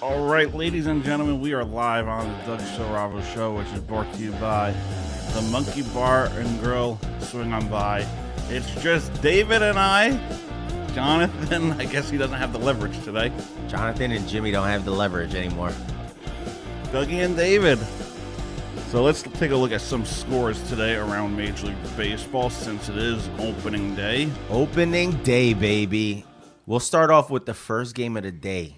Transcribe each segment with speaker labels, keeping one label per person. Speaker 1: right, ladies and gentlemen, we are live on the Doug Silravo Show, which is brought to you by the Monkey Bar and Grill. Swing on by. It's just David and I. Jonathan, I guess he doesn't have the leverage today.
Speaker 2: Jonathan and Jimmy don't have the leverage anymore.
Speaker 1: Dougie and David. So let's take a look at some scores today around Major League Baseball since it is opening day.
Speaker 2: Opening day, baby. We'll start off with the first game of the day.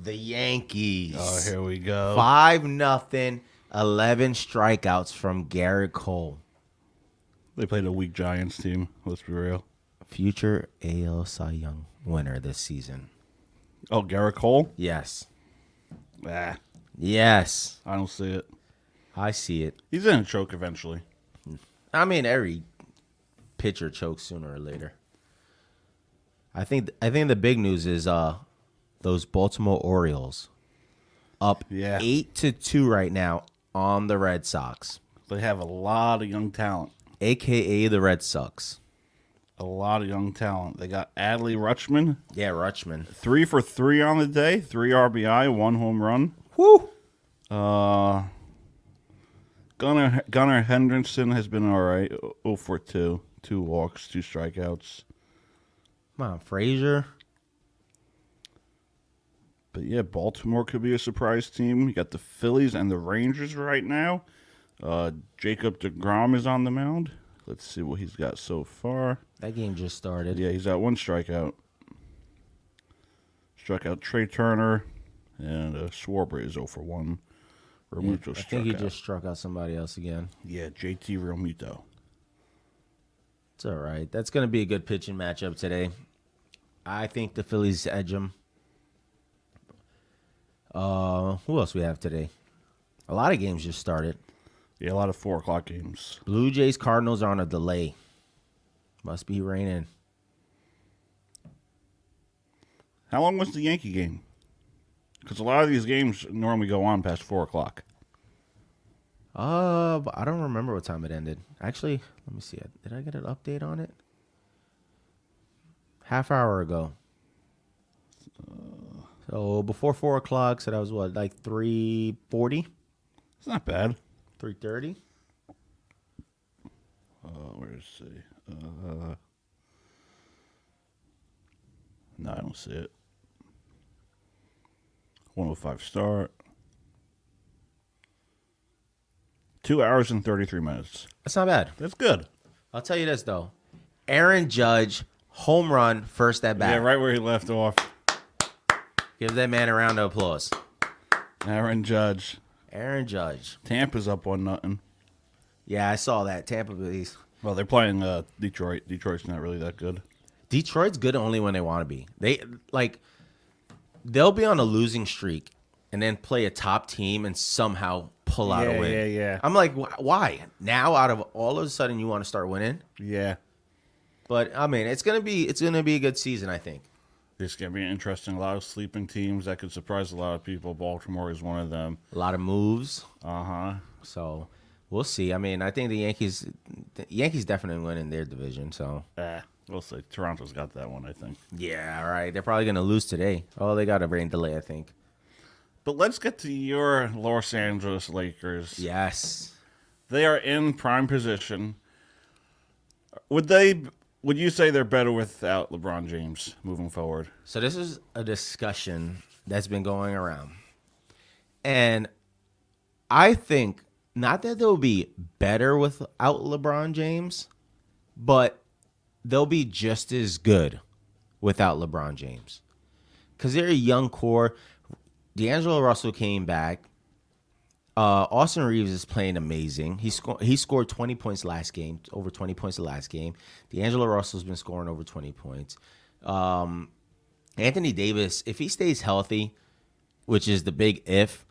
Speaker 2: The Yankees.
Speaker 1: Oh, here we go.
Speaker 2: Five nothing. Eleven strikeouts from Garrett Cole.
Speaker 1: They played a weak Giants team, let's be real.
Speaker 2: Future AL Cy Young winner this season.
Speaker 1: Oh, Garrett Cole?
Speaker 2: Yes.
Speaker 1: Ah,
Speaker 2: Yes.
Speaker 1: I don't see it.
Speaker 2: I see it.
Speaker 1: He's going to choke eventually.
Speaker 2: I mean, every pitcher chokes sooner or later. I think. I think the big news is uh, those Baltimore Orioles up
Speaker 1: Yeah.
Speaker 2: eight to two right now on the Red Sox,
Speaker 1: They have a lot of young talent.
Speaker 2: aka the Red Sox.
Speaker 1: A lot of young talent. They got Adley Rutschman,
Speaker 2: Yeah, Rutschman.
Speaker 1: three for three on the day, three RBI, one home run.
Speaker 2: Woo.
Speaker 1: Uh, Gunnar Gunnar Henderson has been all right. 0 for 2, two walks, two strikeouts.
Speaker 2: Come on, Frazier.
Speaker 1: But yeah, Baltimore could be a surprise team. You got the Phillies and the Rangers right now. Uh, Jacob DeGrom is on the mound. Let's see what he's got so far.
Speaker 2: That game just started.
Speaker 1: Yeah, he's got one strikeout. Struck out Trey Turner, and uh, Schwarber is 0 for 1. Romuto
Speaker 2: I
Speaker 1: struck
Speaker 2: think he
Speaker 1: out.
Speaker 2: just struck out somebody else again.
Speaker 1: Yeah, JT Romuto.
Speaker 2: It's all right. That's going to be a good pitching matchup today. I think the Phillies edge them. Uh, who else we have today? A lot of games just started.
Speaker 1: Yeah, a lot of 4 o'clock games.
Speaker 2: Blue Jays Cardinals are on a delay. Must be raining.
Speaker 1: How long was the Yankee game? Because a lot of these games normally go on past four o'clock.
Speaker 2: Uh, but I don't remember what time it ended. Actually, let me see. Did I get an update on it? Half hour ago. So before four o'clock, so that was what, like three forty,
Speaker 1: It's not bad.
Speaker 2: three thirty.
Speaker 1: Uh, where is it? Uh, no, I don't see it. 105 start. Two hours and 33 minutes.
Speaker 2: That's not bad.
Speaker 1: That's good.
Speaker 2: I'll tell you this though, Aaron Judge home run first at bat.
Speaker 1: Yeah, right where he left off.
Speaker 2: Give that man a round of applause.
Speaker 1: Aaron Judge.
Speaker 2: Aaron Judge.
Speaker 1: Tampa's up one nothing.
Speaker 2: Yeah, I saw that Tampa Bay's
Speaker 1: Well, they're playing uh, Detroit. Detroit's not really that good.
Speaker 2: Detroit's good only when they want to be. They like they'll be on a losing streak and then play a top team and somehow pull out
Speaker 1: Yeah,
Speaker 2: a win.
Speaker 1: yeah, yeah.
Speaker 2: I'm like, wh- why now? Out of all of a sudden, you want to start winning?
Speaker 1: Yeah.
Speaker 2: But I mean, it's gonna be it's gonna be a good season, I think.
Speaker 1: This can be interesting. A lot of sleeping teams that could surprise a lot of people. Baltimore is one of them.
Speaker 2: A lot of moves,
Speaker 1: Uh huh.
Speaker 2: so we'll see. I mean, I think the Yankees, the Yankees definitely winning their division. So
Speaker 1: Eh, we'll see. Toronto's got that one, I think.
Speaker 2: yeah, all right, they're probably gonna lose today. Oh, they got a rain delay, I think.
Speaker 1: But let's get to your Los Angeles Lakers.
Speaker 2: Yes,
Speaker 1: They are in prime position. Would they? Would you say they're better without LeBron James moving forward?
Speaker 2: So this is a discussion that's been going around. And I think not that they'll be better without LeBron James, but they'll be just as good without LeBron James. Cuz they're a young core. D'Angelo Russell came back. Uh, Austin Reeves is playing amazing. He scored he scored 20 points last game, over 20 points the last game. D'Angelo Russell's been scoring over 20 points. Anthony Davis, if he stays healthy, which is the big if,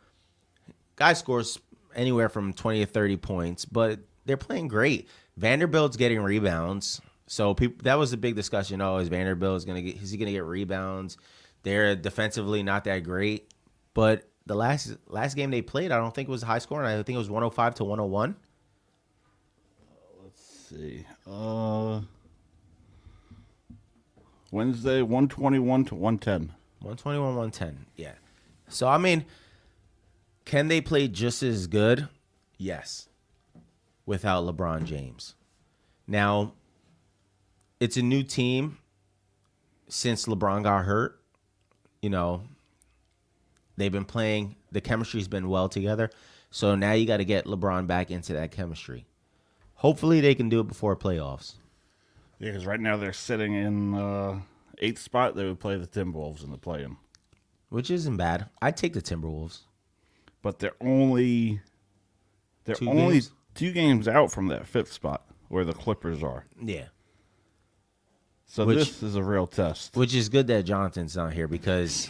Speaker 2: guy scores anywhere from 20 to 30 points, but they're playing great. Vanderbilt's getting rebounds. So people that was the big discussion. Oh, is Vanderbilt is gonna get is he gonna get rebounds? They're defensively not that great. But the last last game they played, I don't think it was high scoring. I think it was 105 to 101.
Speaker 1: see. Uh, Wednesday, one twenty-one to one ten.
Speaker 2: 121 110 yeah So I mean, can they play just as good? Yes. Without LeBron James. Now, it's a new team since LeBron got hurt. You know, they've been playing, the chemistry's been well together. So now you got to get LeBron back into that chemistry. Hopefully they can do it before playoffs.
Speaker 1: Yeah, because right now they're sitting in uh, eighth spot. They would play the Timberwolves in the play-in,
Speaker 2: Which isn't bad. I'd take the Timberwolves.
Speaker 1: but they're only they're
Speaker 2: Two
Speaker 1: only
Speaker 2: games?
Speaker 1: two games out from that fifth spot where the Clippers are.
Speaker 2: Yeah.
Speaker 1: So
Speaker 2: Which-
Speaker 1: this is a real test.
Speaker 2: Which is good that Jonathan's not here because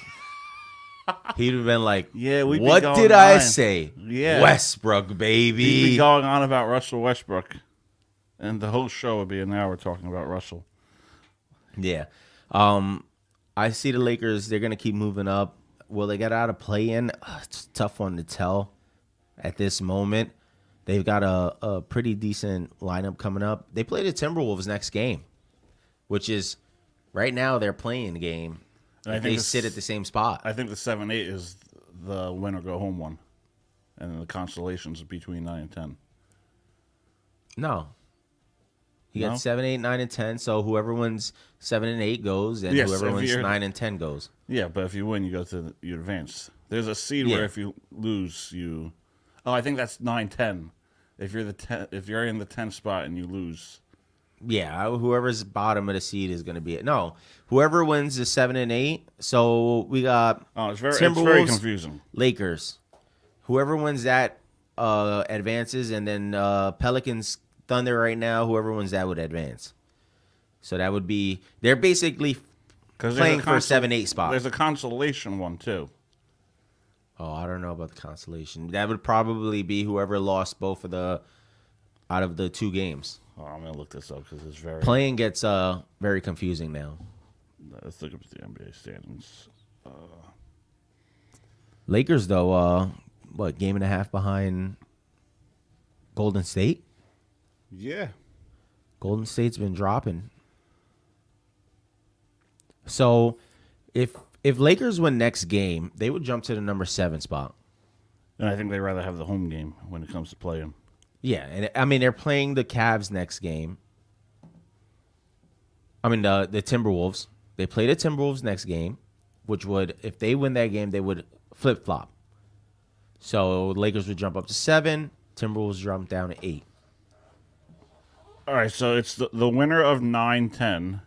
Speaker 2: he'd have been like,
Speaker 1: Yeah, we'd be
Speaker 2: What
Speaker 1: going
Speaker 2: did I
Speaker 1: nine."
Speaker 2: say?
Speaker 1: Yeah.
Speaker 2: Westbrook,
Speaker 1: We'd be
Speaker 2: baby.
Speaker 1: going on about Russell Westbrook, and the whole show would be an hour talking about Russell.
Speaker 2: Yeah. Um, I see the Lakers. They're gonna keep moving up. Will they get out of play in? It's a tough one to tell at this moment. They've got a, a pretty decent lineup coming up. They play the Timberwolves next game, which is right now they're playing game.
Speaker 1: And I
Speaker 2: If
Speaker 1: think
Speaker 2: they
Speaker 1: this-
Speaker 2: sit at the same spot.
Speaker 1: I think the seven eight is the win or go home one, and then the constellations between nine and ten.
Speaker 2: no. You
Speaker 1: No?
Speaker 2: got seven, eight, nine, and ten. So whoever wins seven and eight goes, and
Speaker 1: Yes,
Speaker 2: whoever
Speaker 1: if
Speaker 2: wins
Speaker 1: you're-
Speaker 2: nine and ten goes.
Speaker 1: Yeah, but if you win, you go to the, you advance. There's a seed where
Speaker 2: Yeah.
Speaker 1: if you lose, you. Oh, I think that's nine ten. If you're the ten, if you're in the ten spot and you lose,
Speaker 2: Yeah, I- whoever's bottom of the seed is going to be it. No, whoever wins is seven and eight. So we got
Speaker 1: oh, it's very it's very
Speaker 2: Timberwolves.
Speaker 1: confusing.
Speaker 2: Lakers. Whoever wins that uh, advances, and then uh, Pelicans Thunder right now. Whoever wins that would advance. So that would be they're basically
Speaker 1: Because
Speaker 2: playing for a seven eight spot.
Speaker 1: There's a consolation one too.
Speaker 2: oh, I don't know about the consolation. That would probably be whoever lost both of the out of the two games.
Speaker 1: Oh, I'm gonna look this up because it's very.
Speaker 2: Playing gets uh very confusing now.
Speaker 1: Let's look up the NBA standings.
Speaker 2: Lakers though, uh, what game and a half behind Golden State?
Speaker 1: Yeah,
Speaker 2: Golden State's been dropping. So, if if Lakers win next game, they would jump to the number seven spot.
Speaker 1: and I think they'd rather have the home game when it comes to playing.
Speaker 2: Yeah, and I mean they're playing the Cavs next game. I mean the the Timberwolves. They play the Timberwolves next game, which would if they win that game, they would flip flop. So Lakers would jump up to seven, Timberwolves jump down to eight.
Speaker 1: All right, so it's the, the winner of nine ten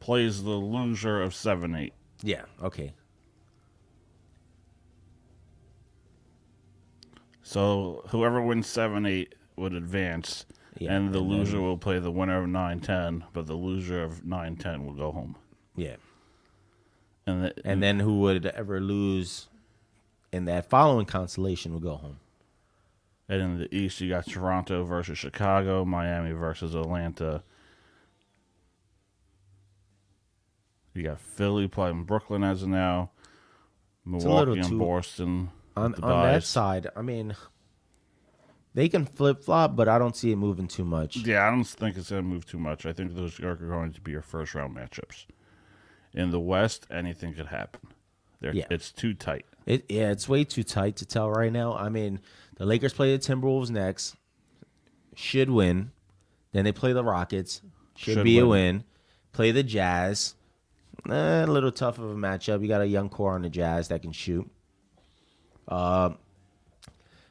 Speaker 1: plays the loser of seven eight.
Speaker 2: Yeah. Okay.
Speaker 1: So whoever wins seven eight would advance,
Speaker 2: Yeah,
Speaker 1: and the loser will play the winner of nine ten, but the loser of nine ten will go home.
Speaker 2: Yeah.
Speaker 1: And, the,
Speaker 2: And then who would ever lose in that following constellation would go home.
Speaker 1: and in the East, you got Toronto versus Chicago, Miami versus Atlanta. You got Philly playing Brooklyn as of now,
Speaker 2: a little
Speaker 1: Milwaukee
Speaker 2: too-
Speaker 1: and Boston. with
Speaker 2: On
Speaker 1: the
Speaker 2: on that
Speaker 1: buys.
Speaker 2: side, I mean they can flip flop, but I don't see it moving too much.
Speaker 1: Yeah, I don't think it's going to move too much. I think those are going to be your first round matchups. In the West, anything could happen. There,
Speaker 2: Yeah.
Speaker 1: it's too tight.
Speaker 2: It yeah, it's way too tight to tell right now. I mean, the Lakers play the Timberwolves next, should win. Then they play the Rockets, should,
Speaker 1: Should
Speaker 2: be a
Speaker 1: win.
Speaker 2: win. Play the Jazz, eh, a little tough of a matchup. You got a young core on the Jazz that can shoot. Uh,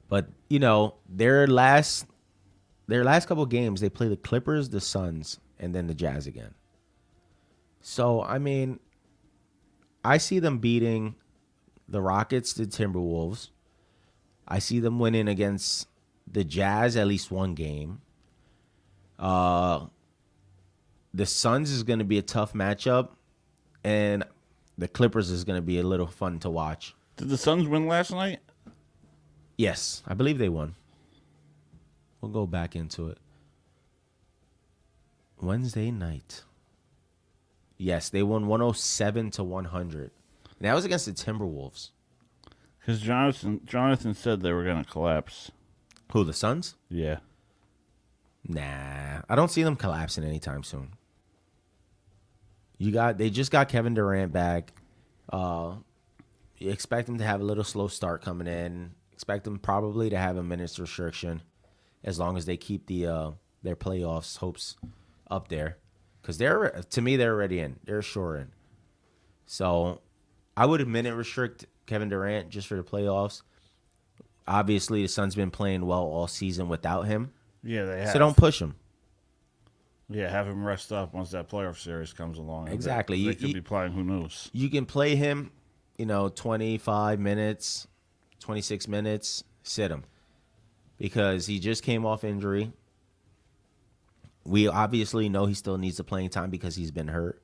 Speaker 2: but you know their last their last couple games, they play the Clippers, the Suns, and then the Jazz again. So I mean, I see them beating the Rockets, the Timberwolves. I see them winning against the Jazz at least one game. Uh the Suns is going to be a tough matchup and the Clippers is going to be a little fun to watch.
Speaker 1: Did the Suns win last night?
Speaker 2: Yes, I believe they won. We'll go back into it. Wednesday night. Yes, they won 107 to 100. And that was against the Timberwolves.
Speaker 1: Because Jonathan, Jonathan said they were going to collapse.
Speaker 2: Who, the Suns?
Speaker 1: Yeah.
Speaker 2: Nah, I don't see them collapsing anytime soon. You got they just got Kevin Durant back. Uh, You expect him to have a little slow start coming in. Expect him probably to have a minutes restriction, as long as they keep the uh, their playoffs hopes up there, because they're to me they're already in. They're sure in. So I would minute restrict Kevin Durant just for the playoffs. Obviously, the Suns been playing well all season without him,
Speaker 1: Yeah, they have.
Speaker 2: so don't push him.
Speaker 1: yeah, have him rest up once that playoff series comes along. They-
Speaker 2: Exactly.
Speaker 1: They,
Speaker 2: You-
Speaker 1: could
Speaker 2: you-
Speaker 1: be playing. Who knows?
Speaker 2: you can play him, you know, 25 minutes, 26 minutes, sit him because he just came off injury. We obviously know he still needs the playing time because he's been hurt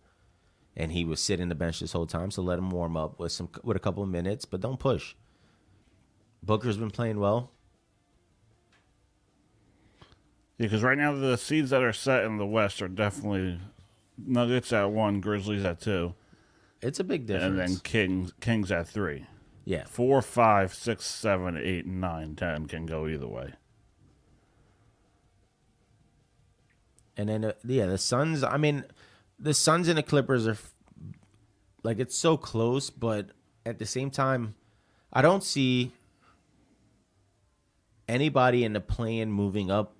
Speaker 2: and he was sitting the bench this whole time, so let him warm up with some with a couple of minutes, but don't push. Booker's been playing well.
Speaker 1: Yeah, because right now the seeds that are set in the West are definitely Nuggets at one, Grizzlies at two,
Speaker 2: It's a big
Speaker 1: and
Speaker 2: difference.
Speaker 1: then Kings Kings at three.
Speaker 2: yeah.
Speaker 1: Four, five, six, seven, eight, and nine, ten can go either way.
Speaker 2: And then uh, yeah, the Suns. I mean, the Suns and the Clippers are f- like it's so close, but at the same time, I don't see anybody in the plan moving up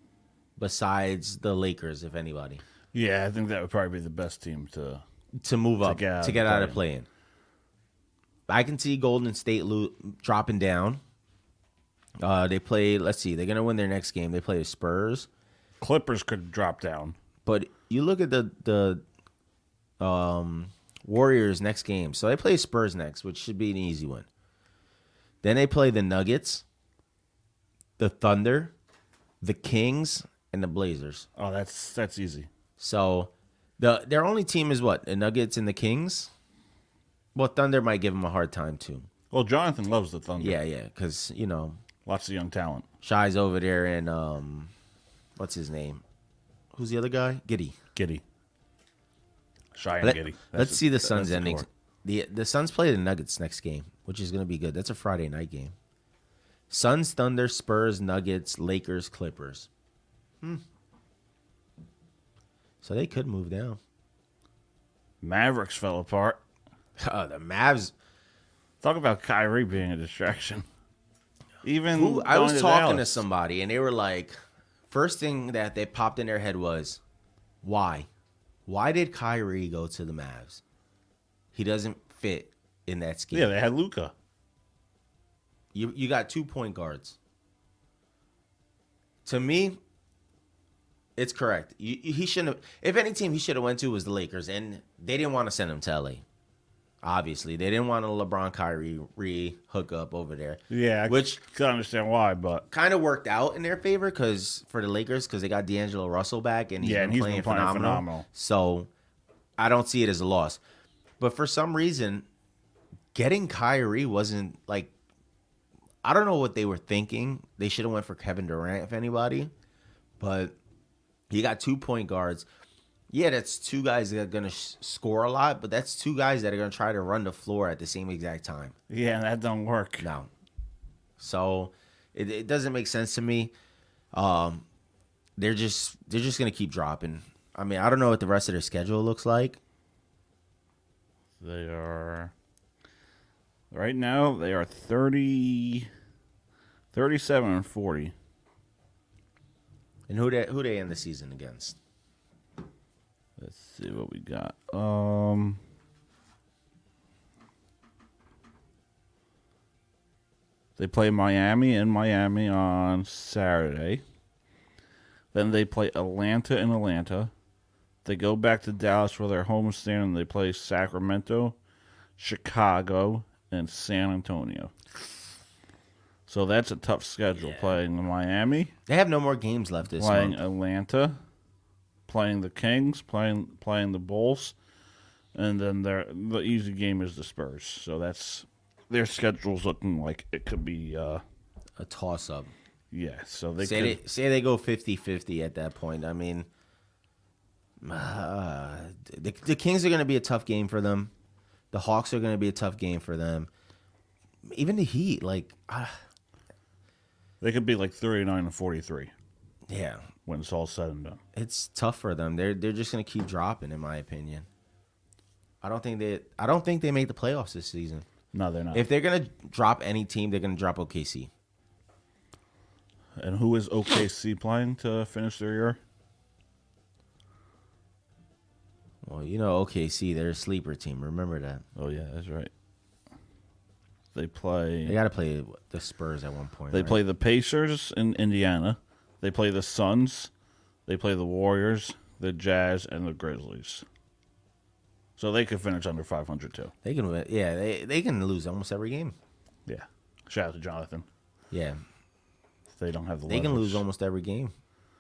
Speaker 2: besides the Lakers, if anybody,
Speaker 1: Yeah, I think that would probably be the best team to.
Speaker 2: to move up
Speaker 1: get out
Speaker 2: to
Speaker 1: of
Speaker 2: get
Speaker 1: the
Speaker 2: out of playing. I can see Golden State lo- dropping down. Uh, they play. Let's see. They're gonna win their next game. They play the Spurs.
Speaker 1: Clippers could drop down.
Speaker 2: But you look at the the um, Warriors next game. So they play Spurs next, which should be an easy one. Then they play the Nuggets, the Thunder, the Kings, and the Blazers.
Speaker 1: Oh, that's that's easy.
Speaker 2: So the their only team is what the Nuggets and the Kings. Well, Thunder might give them a hard time too.
Speaker 1: Well, Jonathan loves the Thunder.
Speaker 2: Yeah, yeah, because you know
Speaker 1: Lots of young talent.
Speaker 2: Shy's over there, and um, what's his name? Who's the other guy? Giddy.
Speaker 1: Giddy. Shy and
Speaker 2: Let,
Speaker 1: Giddy.
Speaker 2: us see the Suns
Speaker 1: Sun's
Speaker 2: endings. The the Suns play the Nuggets next game, which is going to be good. That's a Friday night game. Suns, Thunder, Spurs, Nuggets, Lakers, Clippers. Hmm. So they could move down.
Speaker 1: Mavericks fell apart.
Speaker 2: Oh, the Mavs.
Speaker 1: Talk about Kyrie being a distraction. Even
Speaker 2: Who, I
Speaker 1: going
Speaker 2: was talking to
Speaker 1: Dallas.
Speaker 2: somebody, and they were like, first thing that they popped in their head was, why? Why did Kyrie go to the Mavs? He doesn't fit in that scheme.
Speaker 1: Yeah, they had Luca.
Speaker 2: You you got two point guards. To me, it's correct. You, you- he shouldn't have. If any team he should have went to was the Lakers, and they didn't want to send him to LA. Obviously, they didn't want a LeBron Kyrie re hookup over there.
Speaker 1: Yeah, I
Speaker 2: which
Speaker 1: could understand why, but
Speaker 2: kind of worked out in their favor because for the Lakers, because they got D'Angelo Russell back and he's
Speaker 1: Yeah,
Speaker 2: been
Speaker 1: and he's
Speaker 2: playing,
Speaker 1: been playing
Speaker 2: phenomenal.
Speaker 1: phenomenal.
Speaker 2: So I don't see it as a loss. But for some reason, getting Kyrie wasn't like I don't know what they were thinking. They should have went for Kevin Durant if anybody, but you got two point guards. Yeah, that's two guys that are going to sh- score a lot, but that's two guys that are going to try to run the floor at the same exact time.
Speaker 1: yeah, that don't work.
Speaker 2: No. So it, it doesn't make sense to me. Um, they're just they're just gonna keep dropping. I mean, I don't know what the rest of their schedule looks like.
Speaker 1: They are right now they are 30 37 and 40.
Speaker 2: And who they who they end the season against?
Speaker 1: Let's see what we got. Um They play Miami in Miami on Saturday. Then they play Atlanta in Atlanta. They go back to Dallas for their homestand and they play Sacramento, Chicago, and San Antonio. So that's a tough schedule playing Miami,
Speaker 2: They have no more games left this
Speaker 1: playing
Speaker 2: month.
Speaker 1: Atlanta, playing the Kings, playing playing the Bulls, and then their the easy game is the Spurs. So that's their schedule's looking like it could be uh
Speaker 2: A toss up.
Speaker 1: yeah, so they
Speaker 2: Say
Speaker 1: could,
Speaker 2: they say they go 50-50 at that point. I mean, uh, the the Kings are gonna be a tough game for them. The Hawks are gonna be a tough game for them. Even the Heat, like, uh,
Speaker 1: they could be like 39 and 43
Speaker 2: yeah,
Speaker 1: when it's all said and done.
Speaker 2: it's tough for them. They're they're just gonna keep dropping, in my opinion. I don't think they I don't think they make the playoffs this season.
Speaker 1: No, they're not.
Speaker 2: If they're gonna drop any team, they're gonna drop OKC.
Speaker 1: and who is OKC playing to finish their year?
Speaker 2: Well, you know OKC, they're a sleeper team. Remember that
Speaker 1: Oh yeah, that's right. They
Speaker 2: they
Speaker 1: play.
Speaker 2: got to play the Spurs at one point.
Speaker 1: They
Speaker 2: right?
Speaker 1: play the Pacers in Indiana. They play the Suns. They play the Warriors, the Jazz, and the Grizzlies. So they could finish under 500 too.
Speaker 2: They can win. Yeah, they they can lose almost every game.
Speaker 1: Yeah. Shout out to Jonathan.
Speaker 2: Yeah,
Speaker 1: They don't have the.
Speaker 2: they can
Speaker 1: leverage.
Speaker 2: lose almost every game,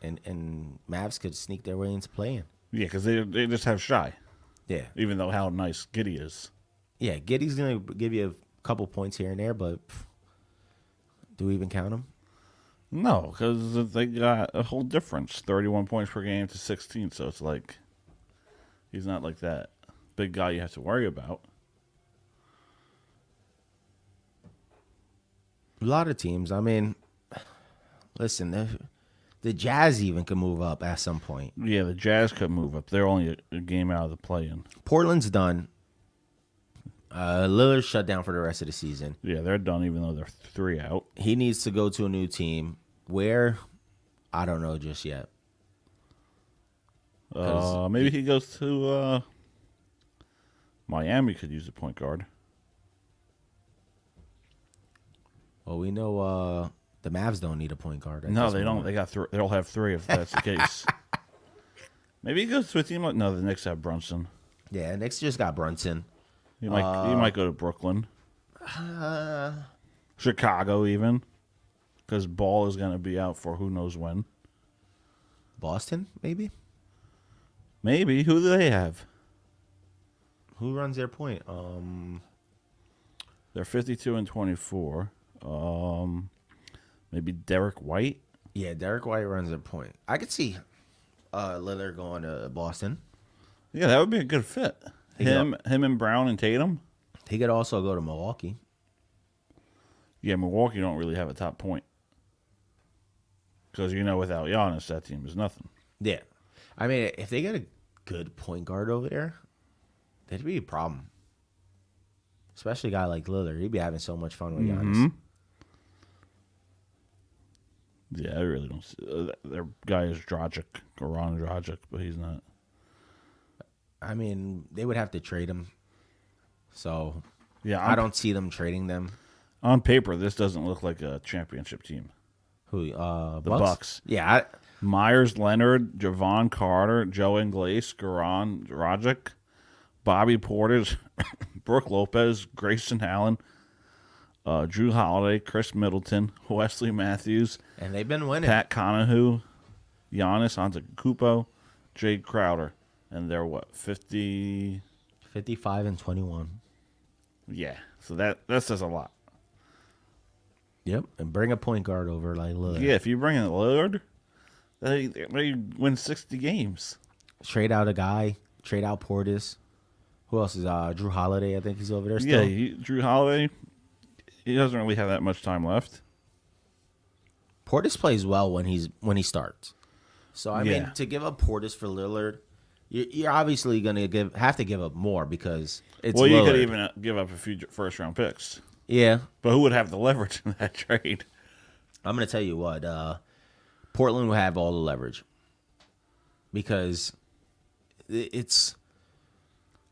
Speaker 2: and and Mavs could sneak their way into playing.
Speaker 1: Yeah, because they they just have shy.
Speaker 2: Yeah,
Speaker 1: Even though how nice Giddy is.
Speaker 2: yeah. Giddy's gonna give you a couple points here and there, but pff, do we even count him?
Speaker 1: No, because they got a whole difference 31 points per game to 16. So it's like he's not like that big guy you have to worry about.
Speaker 2: A lot of teams. I mean, listen, the, the Jazz even can move up at some point.
Speaker 1: Yeah, the Jazz could move up. They're only a, a game out of the play in.
Speaker 2: Portland's done. Uh, Lillard's shut down for the rest of the season.
Speaker 1: Yeah, they're done even though they're three out.
Speaker 2: He needs to go to a new team. Where? I don't know just yet. 'Cause-
Speaker 1: Uh, maybe he goes to uh, Miami, could use a point guard.
Speaker 2: Well, we know uh, the Mavs don't need a point guard. at
Speaker 1: No,
Speaker 2: this
Speaker 1: they don't.
Speaker 2: moment.
Speaker 1: They got three. They'll have three if that's the case. Maybe he goes to a team like no. The Knicks have Brunson.
Speaker 2: Yeah, Knicks just got Brunson.
Speaker 1: He might. he might go to Brooklyn, uh, Chicago, even because Ball is going to be out for who knows when.
Speaker 2: Boston, maybe.
Speaker 1: Maybe who do they have?
Speaker 2: Who runs their point? Um,
Speaker 1: They're fifty-two and twenty-four. Um, maybe Derek White.
Speaker 2: yeah, Derek White runs their point. I could see uh, Lillard going to Boston.
Speaker 1: Yeah, that would be a good fit. Him, him, and Brown and Tatum.
Speaker 2: He could also go to Milwaukee.
Speaker 1: Yeah, Milwaukee don't really have a top point because you know without Giannis, that team is nothing.
Speaker 2: Yeah, I mean, if they get a good point guard over there, that'd be a problem. Especially a guy like Lillard, he'd be having so much fun with Giannis.
Speaker 1: Mm-hmm. Yeah, I really don't. See, uh, th- their guy is Dragic, Goran Dragic, but he's not.
Speaker 2: I mean, they would have to trade him. So
Speaker 1: Yeah, on,
Speaker 2: I don't see them trading them.
Speaker 1: On paper, this doesn't look like a championship team.
Speaker 2: Who? Uh,
Speaker 1: The
Speaker 2: Bucks?
Speaker 1: Bucks.
Speaker 2: Yeah, I,
Speaker 1: Myers, Leonard, Javon Carter, Joe Inglace, Goran Dragic, Bobby Porters, Brooke Lopez, Grayson Allen, uh, Drew Holiday, Chris Middleton, Wesley Matthews,
Speaker 2: and they've been winning.
Speaker 1: Pat Connahu, Giannis Antetokounmpo, Jade Crowder, and they're what fifty?
Speaker 2: Fifty-five and twenty-one.
Speaker 1: Yeah, so that that says a lot.
Speaker 2: Yep, and bring a point guard over like Lillard.
Speaker 1: Yeah, if you bring in Lillard, they they win sixty games.
Speaker 2: Trade out a guy. Trade out Portis. Who else is uh Drew Holiday? I think he's over there still.
Speaker 1: Yeah, he, Drew Holiday, he doesn't really have that much time left.
Speaker 2: Portis plays well when he's when he starts. So I
Speaker 1: Yeah.
Speaker 2: mean, to give up Portis for Lillard, you're, you're obviously gonna give have to give up more because it's
Speaker 1: well, you could
Speaker 2: Lillard.
Speaker 1: even uh, give up a few first round picks,
Speaker 2: yeah.
Speaker 1: but who would have the leverage in that trade?
Speaker 2: I'm gonna tell you what. Uh, Portland will have all the leverage because i- it's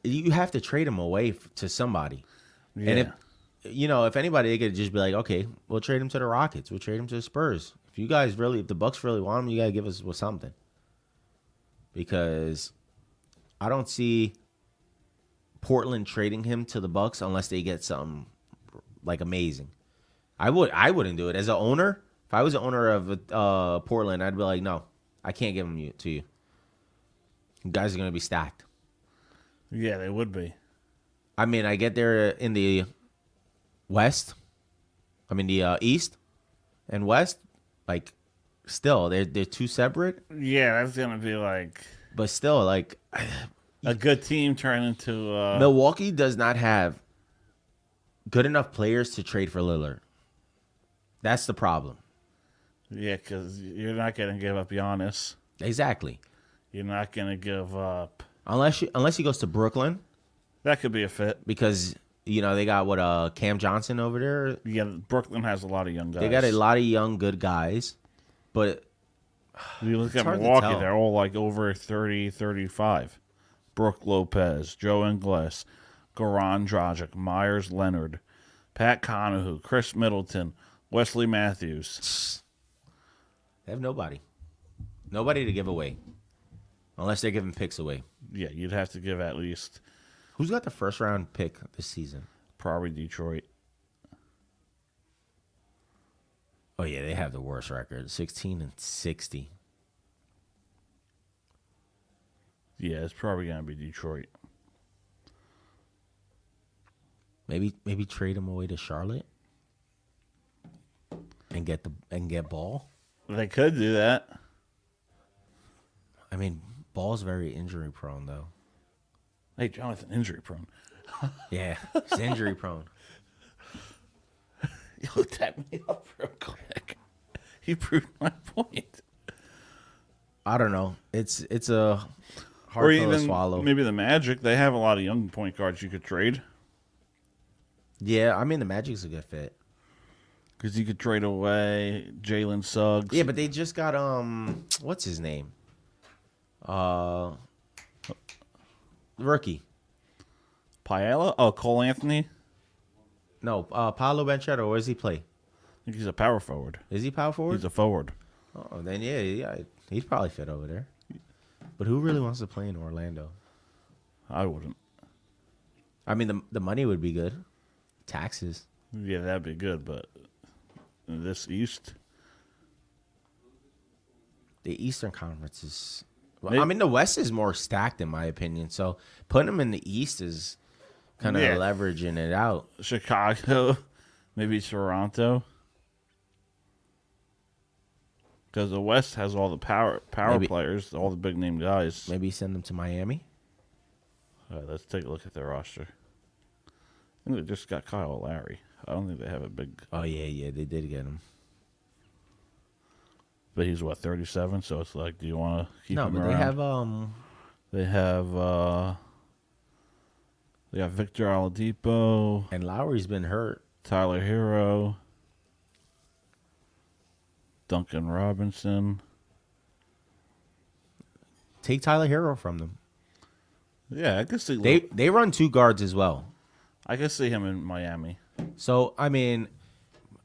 Speaker 2: you have to trade him away f- to somebody, and if
Speaker 1: Yeah.
Speaker 2: you know if anybody they could just be like, okay, we'll trade him to the Rockets, we'll trade him to the Spurs. If you guys really, if the Bucks really want him, you gotta give us with something because I don't see Portland trading him to the Bucks unless they get something like amazing. I would I wouldn't do it as an owner. If I was an owner of uh, Portland, I'd be like, no, I can't give them you, to you. You guys are gonna be stacked.
Speaker 1: Yeah, they would be.
Speaker 2: I mean, I get there in the West. I mean the uh, East and West. Like, still they're they're two separate,
Speaker 1: Yeah, that's gonna be like
Speaker 2: but still like
Speaker 1: a good team turn into. Uh,
Speaker 2: Milwaukee does not have good enough players to trade for Lillard. That's the problem.
Speaker 1: Yeah, because you're not gonna give up Giannis.
Speaker 2: Exactly.
Speaker 1: You're not gonna give up.
Speaker 2: Unless you, unless he goes to Brooklyn
Speaker 1: That could be a fit.
Speaker 2: because You know, they got what uh Cam Johnson over there.
Speaker 1: Yeah, Brooklyn has a lot of young guys.
Speaker 2: They got a lot of young good guys, but
Speaker 1: You look
Speaker 2: It's
Speaker 1: at
Speaker 2: hard to
Speaker 1: Milwaukee,
Speaker 2: tell.
Speaker 1: they're all like over 30, 35. Brooke Lopez, Joe Inglis, Goran Dragic, Myers Leonard, Pat Conahu, Chris Middleton, Wesley Matthews.
Speaker 2: they have nobody. Nobody to give away. Unless they're giving picks away.
Speaker 1: Yeah, you'd have to give at least
Speaker 2: Who's got the first round pick this season?
Speaker 1: probably Detroit.
Speaker 2: Oh yeah, they have the worst record. 16 and 60.
Speaker 1: Yeah, it's probably going to be Detroit.
Speaker 2: Maybe maybe trade him away to Charlotte and get the and get Ball.
Speaker 1: They could do that.
Speaker 2: I mean, Ball's very injury prone though.
Speaker 1: Hey, Jonathan, injury prone.
Speaker 2: Yeah, he's injury prone.
Speaker 1: You tap me up real quick. He proved my point.
Speaker 2: I don't know. It's it's a hard
Speaker 1: Or
Speaker 2: pill to
Speaker 1: even
Speaker 2: swallow.
Speaker 1: maybe the Magic. They have a lot of young point guards you could trade.
Speaker 2: yeah, I mean the Magic's a good fit.
Speaker 1: Because you could trade away Jalen Suggs.
Speaker 2: Yeah, but they just got um, what's his name? Uh, rookie.
Speaker 1: Paella? Oh, Cole Anthony?
Speaker 2: No, uh, Paolo Banchero. Where does he play?
Speaker 1: I think he's a power forward.
Speaker 2: Is he power forward?
Speaker 1: He's a forward.
Speaker 2: Oh, then yeah, yeah, he's probably fit over there. But who really wants to play in Orlando?
Speaker 1: I wouldn't.
Speaker 2: I mean, the the money would be good. Taxes.
Speaker 1: Yeah, that'd be good, but in this East,
Speaker 2: The Eastern Conference is. Well,
Speaker 1: Maybe-
Speaker 2: I mean, the West is more stacked in my opinion. So putting them in the East is kind of
Speaker 1: Yeah.
Speaker 2: leveraging it out.
Speaker 1: Chicago, maybe Toronto. Because the West has all the power power
Speaker 2: Maybe-
Speaker 1: players, all the big name guys.
Speaker 2: Maybe send them to Miami.
Speaker 1: All right, let's take a look at their roster. I think they just got Kyle Lowry. I don't think they have a big,
Speaker 2: Oh yeah, yeah, they did get him.
Speaker 1: but he's what thirty seven. So it's like, do you want to keep
Speaker 2: no,
Speaker 1: him
Speaker 2: but
Speaker 1: around?
Speaker 2: they have um.
Speaker 1: They have uh they got Victor Oladipo,
Speaker 2: And Lowry's been hurt.
Speaker 1: Tyler Hero, Duncan Robinson.
Speaker 2: Take Tyler Hero from them.
Speaker 1: Yeah, I could see
Speaker 2: They they run two guards as well.
Speaker 1: I could see him in Miami.
Speaker 2: So I mean,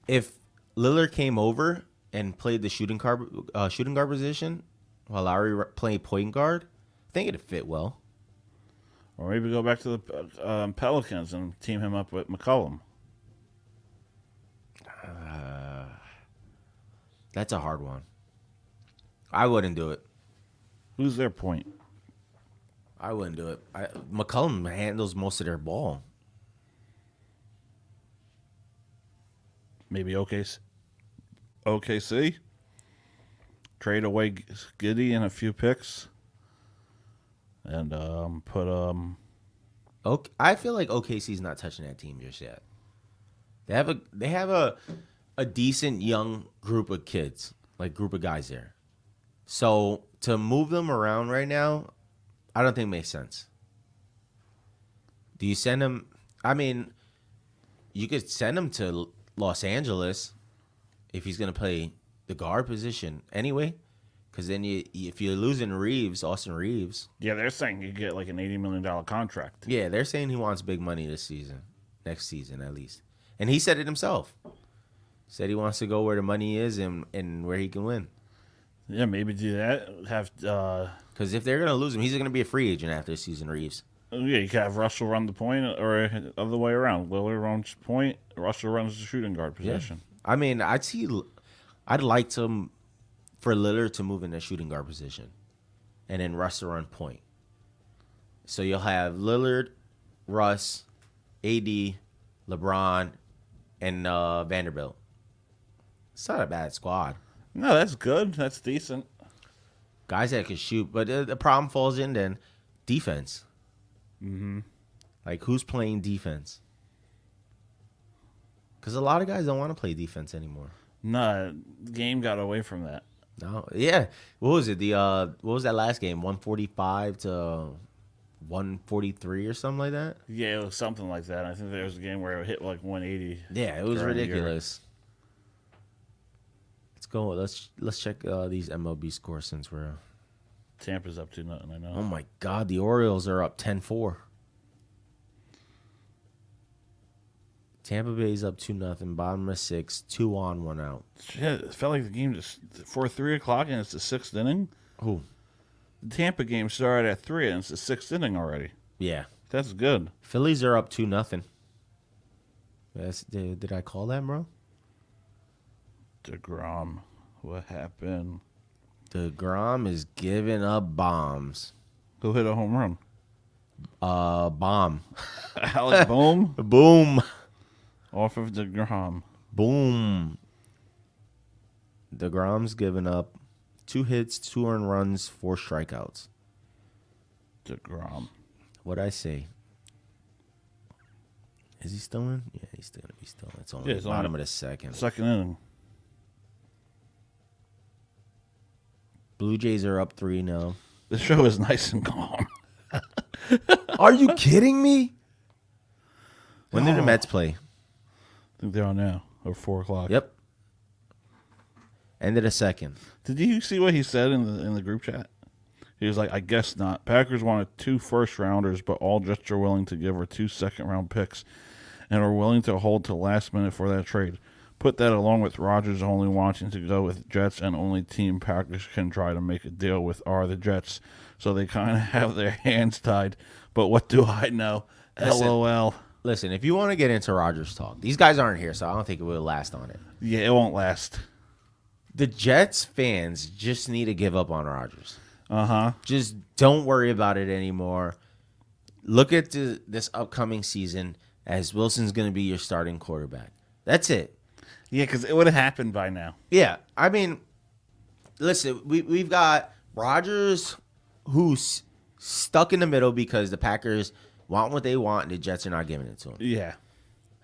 Speaker 2: if Lillard came over and played the shooting guard uh, shooting guard position while Lowry re- played point guard, I think it'd fit well.
Speaker 1: Or maybe go back to the um, Pelicans and team him up with McCollum.
Speaker 2: That's a hard one. I wouldn't do it.
Speaker 1: Who's their point?
Speaker 2: I wouldn't do it. I, McCollum handles most of their ball.
Speaker 1: Maybe OKC. OKC. Trade away G- Giddy and a few picks, and um, put um,
Speaker 2: Okay, I feel like OKC's not touching that team just yet. They have a they have a a decent young group of kids, like group of guys there. So to move them around right now, I don't think makes sense. Do you send them? I mean, you could send him to L- Los Angeles if he's going to play the guard position anyway, because then you if you're losing Reeves, Austin Reeves,
Speaker 1: Yeah, they're saying you get like an eighty million dollar contract.
Speaker 2: Yeah, they're saying he wants big money this season, next season at least. And he said it himself. Said he wants to go where the money is and, and where he can win.
Speaker 1: Yeah, maybe do that. Have uh,
Speaker 2: Because if they're gonna lose him, he's gonna be a free agent after this season, Reeves.
Speaker 1: yeah, you could have Russell run the point, uh, or other way around. Lillard runs point. Russell runs the shooting guard position.
Speaker 2: I mean, I'd see, I'd like to for Lillard to move in the shooting guard position, and then Russ to run point. So you'll have Lillard, Russ, AD, LeBron, and uh, Vanderbilt. It's not a bad squad.
Speaker 1: No, that's good. That's decent.
Speaker 2: guys that can shoot, but uh, the problem falls in then defense. Mm-hmm. Like who's playing defense? Because a lot of guys don't want to play defense anymore.
Speaker 1: No, the game got away from that.
Speaker 2: No, yeah. What was it? The uh, what was that last game? One forty-five to 143 or something like that.
Speaker 1: Yeah, it was something like that. I think there was a game where it hit like 180.
Speaker 2: Yeah, it was
Speaker 1: During the year.
Speaker 2: ridiculous. Let's go. Let's let's check uh, these MLB scores since we're.
Speaker 1: Tampa's up to nothing. I know.
Speaker 2: Oh my God, the Orioles are up 10-4. Tampa Bay's up two nothing. Bottom of six, two on, one out.
Speaker 1: Shit, it felt like the game just for three o'clock and it's the sixth inning.
Speaker 2: Who?
Speaker 1: The Tampa game started at three and it's the sixth inning already.
Speaker 2: Yeah,
Speaker 1: That's good.
Speaker 2: Phillies are up two nothing. That's, did, did I call that, bro?
Speaker 1: Degrom, what happened?
Speaker 2: Degrom is giving up bombs.
Speaker 1: Who hit a home run?
Speaker 2: Uh, bomb.
Speaker 1: Alec Bohm
Speaker 2: Boom.
Speaker 1: off of Degrom.
Speaker 2: Boom. DeGrom's given up two hits, two earned runs, four strikeouts.
Speaker 1: Degrom.
Speaker 2: What'd I say? Is he still in? Yeah, he's still gonna be still in. It's only
Speaker 1: Yeah,
Speaker 2: the
Speaker 1: it's only-
Speaker 2: bottom of the second.
Speaker 1: Second inning.
Speaker 2: Blue Jays are up three now.
Speaker 1: The show is nice and calm.
Speaker 2: Are you kidding me? When do the
Speaker 1: No.
Speaker 2: Mets play?
Speaker 1: I think they're on now or four o'clock.
Speaker 2: Yep. End of the second.
Speaker 1: Did you see what he said in the in the group chat? He was like, "I guess not." Packers wanted two first rounders, but all just are willing to give her two second round picks, and are willing to hold to last minute for that trade. Put that along with Rogers only wanting to go with Jets, and only team Packers can try to make a deal with are the Jets. So they kind of have their hands tied. But what do I know?
Speaker 2: Listen.
Speaker 1: LOL.
Speaker 2: Listen, if you want to get into Rogers talk, these guys aren't here, so I don't think it will last on it.
Speaker 1: Yeah, it won't last.
Speaker 2: The Jets fans just need to give up on Rogers.
Speaker 1: Uh huh.
Speaker 2: Just don't worry about it anymore. Look at the, this upcoming season as Wilson's going to be your starting quarterback. That's it.
Speaker 1: Yeah, because it would have happened by now.
Speaker 2: Yeah, I mean, listen, we we've got Rogers, who's stuck in the middle because the Packers want what they want and the Jets are not giving it to him.
Speaker 1: Yeah.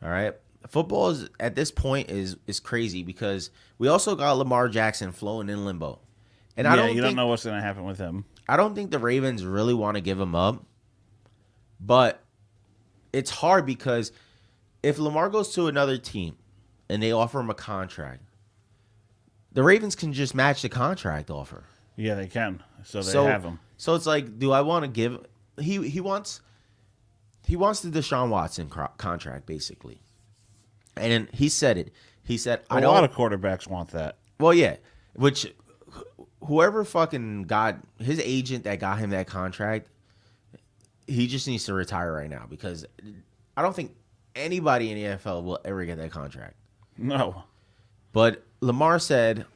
Speaker 2: All right. Football is at this point is is crazy because we also got Lamar Jackson floating in limbo. And I
Speaker 1: yeah,
Speaker 2: don't
Speaker 1: you
Speaker 2: think,
Speaker 1: don't know what's gonna happen with him.
Speaker 2: I don't think the Ravens really want to give him up. But it's hard because if Lamar goes to another team and they offer him a contract, the Ravens can just match the contract offer.
Speaker 1: Yeah, they can. So they
Speaker 2: so
Speaker 1: have him.
Speaker 2: So it's like, do I want to give he he wants he wants the Deshaun Watson cro- contract basically, and he said it. He said,
Speaker 1: A
Speaker 2: I don't.
Speaker 1: lot of quarterbacks want that.
Speaker 2: well, yeah, which wh- whoever fucking got his agent that got him that contract, he just needs to retire right now because I don't think anybody in the NFL will ever get that contract.
Speaker 1: No.
Speaker 2: But Lamar said,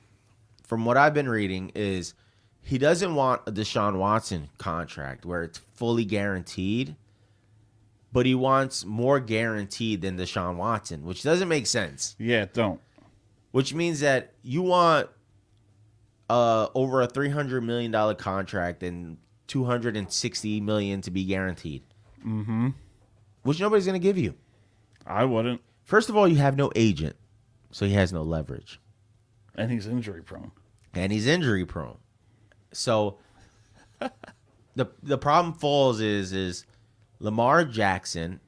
Speaker 2: from what I've been reading, is he doesn't want a Deshaun Watson contract where it's fully guaranteed, but he wants more guaranteed than Deshaun Watson, which doesn't make sense.
Speaker 1: Yeah, don't.
Speaker 2: Which means that you want uh, over a three hundred million dollar contract and two hundred and sixty million to be guaranteed, mm-hmm. which nobody's going to give you.
Speaker 1: I wouldn't.
Speaker 2: First of all, you have no agent, so he has no leverage.
Speaker 1: And he's injury prone.
Speaker 2: and he's injury prone. So the the problem falls is is Lamar Jackson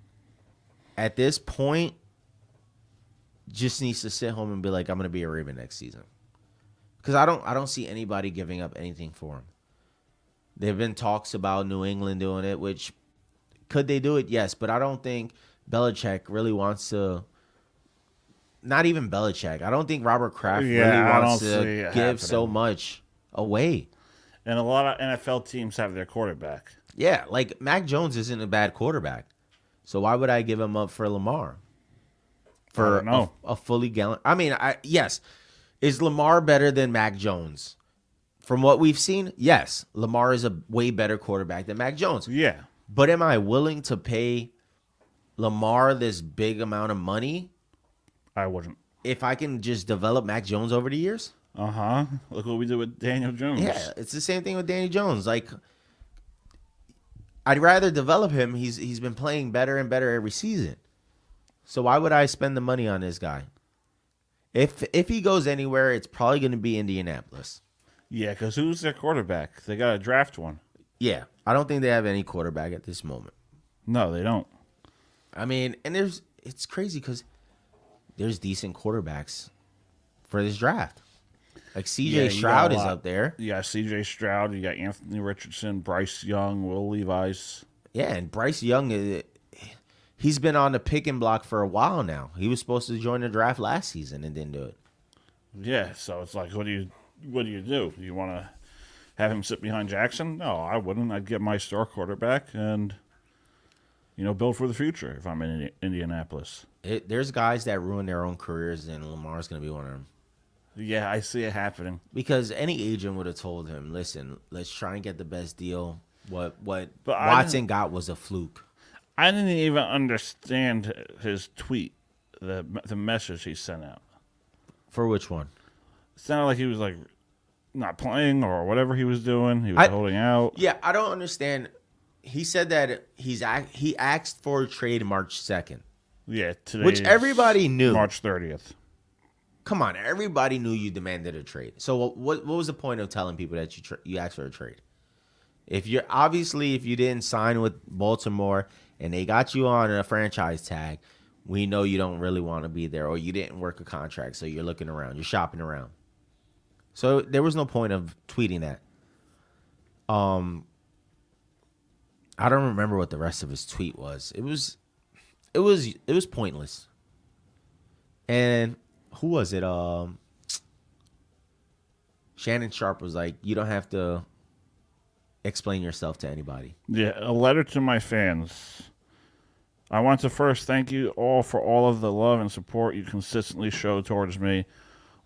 Speaker 2: at this point just needs to sit home and be like, I'm gonna be a Raven next season. Cause I don't I don't see anybody giving up anything for him. There have been talks about New England doing it, which could they do it? Yes, but I don't think Belichick really wants to not even Belichick. I don't think Robert Kraft
Speaker 1: Yeah, I
Speaker 2: really wants
Speaker 1: don't
Speaker 2: to
Speaker 1: see it
Speaker 2: give so
Speaker 1: happening.
Speaker 2: much away.
Speaker 1: And a lot of NFL teams have their quarterback.
Speaker 2: Yeah, like Mac Jones isn't a bad quarterback. So why would I give him up for Lamar? For
Speaker 1: don't know.
Speaker 2: A, a fully gallant. I mean, I yes. Is Lamar better than Mac Jones? From what we've seen, yes, Lamar is a way better quarterback than Mac Jones.
Speaker 1: Yeah.
Speaker 2: But am I willing to pay Lamar this big amount of money
Speaker 1: I wouldn't.
Speaker 2: if I can just develop Mac Jones over the years?
Speaker 1: Uh huh. Look what we did with Daniel Jones.
Speaker 2: Yeah, it's the same thing with Danny Jones. Like, I'd rather develop him. He's he's been playing better and better every season. So why would I spend the money on this guy? If if he goes anywhere, it's probably going to be Indianapolis.
Speaker 1: Yeah, because who's their quarterback? They got to draft one.
Speaker 2: Yeah, I don't think they have any quarterback at this moment.
Speaker 1: No, they don't.
Speaker 2: I mean, and there's it's crazy because there's decent quarterbacks for this draft. Like CJ
Speaker 1: Yeah, you got
Speaker 2: Stroud
Speaker 1: a
Speaker 2: is
Speaker 1: lot.
Speaker 2: up there.
Speaker 1: You got C.J. Stroud. You got Anthony Richardson, Bryce Young, Will Levis.
Speaker 2: Yeah, and Bryce Young is he's been on the pick and block for a while now. He was supposed to join the draft last season and didn't do it.
Speaker 1: Yeah, so it's like, what do you, what do you do? You want to have him sit behind Jackson? No, I wouldn't. I'd get my star quarterback and, you know, build for the future if I'm in Indi- Indianapolis.
Speaker 2: it there's guys that ruin their own careers, and Lamar's going to be one of them.
Speaker 1: Yeah, I see it happening.
Speaker 2: Because any agent would have told him, "Listen, let's try and get the best deal." What what
Speaker 1: But I
Speaker 2: Watson got was a fluke.
Speaker 1: I didn't even understand his tweet, the the message he sent out.
Speaker 2: For which one?
Speaker 1: It sounded like he was like not playing or whatever he was doing. He was
Speaker 2: I-
Speaker 1: holding out.
Speaker 2: Yeah, I don't understand. He said that he's ac- he asked for a trade March second,
Speaker 1: Yeah, today.
Speaker 2: which
Speaker 1: is
Speaker 2: everybody knew.
Speaker 1: March thirtieth.
Speaker 2: Come on, everybody knew you demanded a trade. So what what, what was the point of telling people that you tra- you asked for a trade? If you're obviously if you didn't sign with Baltimore and they got you on a franchise tag, we know you don't really want to be there or you didn't work a contract, so you're looking around, you're shopping around. So there was no point of tweeting that. Um I don't remember what the rest of his tweet was. It was it was it was pointless. And who was it? Um Shannon Sharp was like, "You don't have to explain yourself to anybody."
Speaker 1: Yeah, a letter to my fans. I want to first thank you all for all of the love and support you consistently show towards me.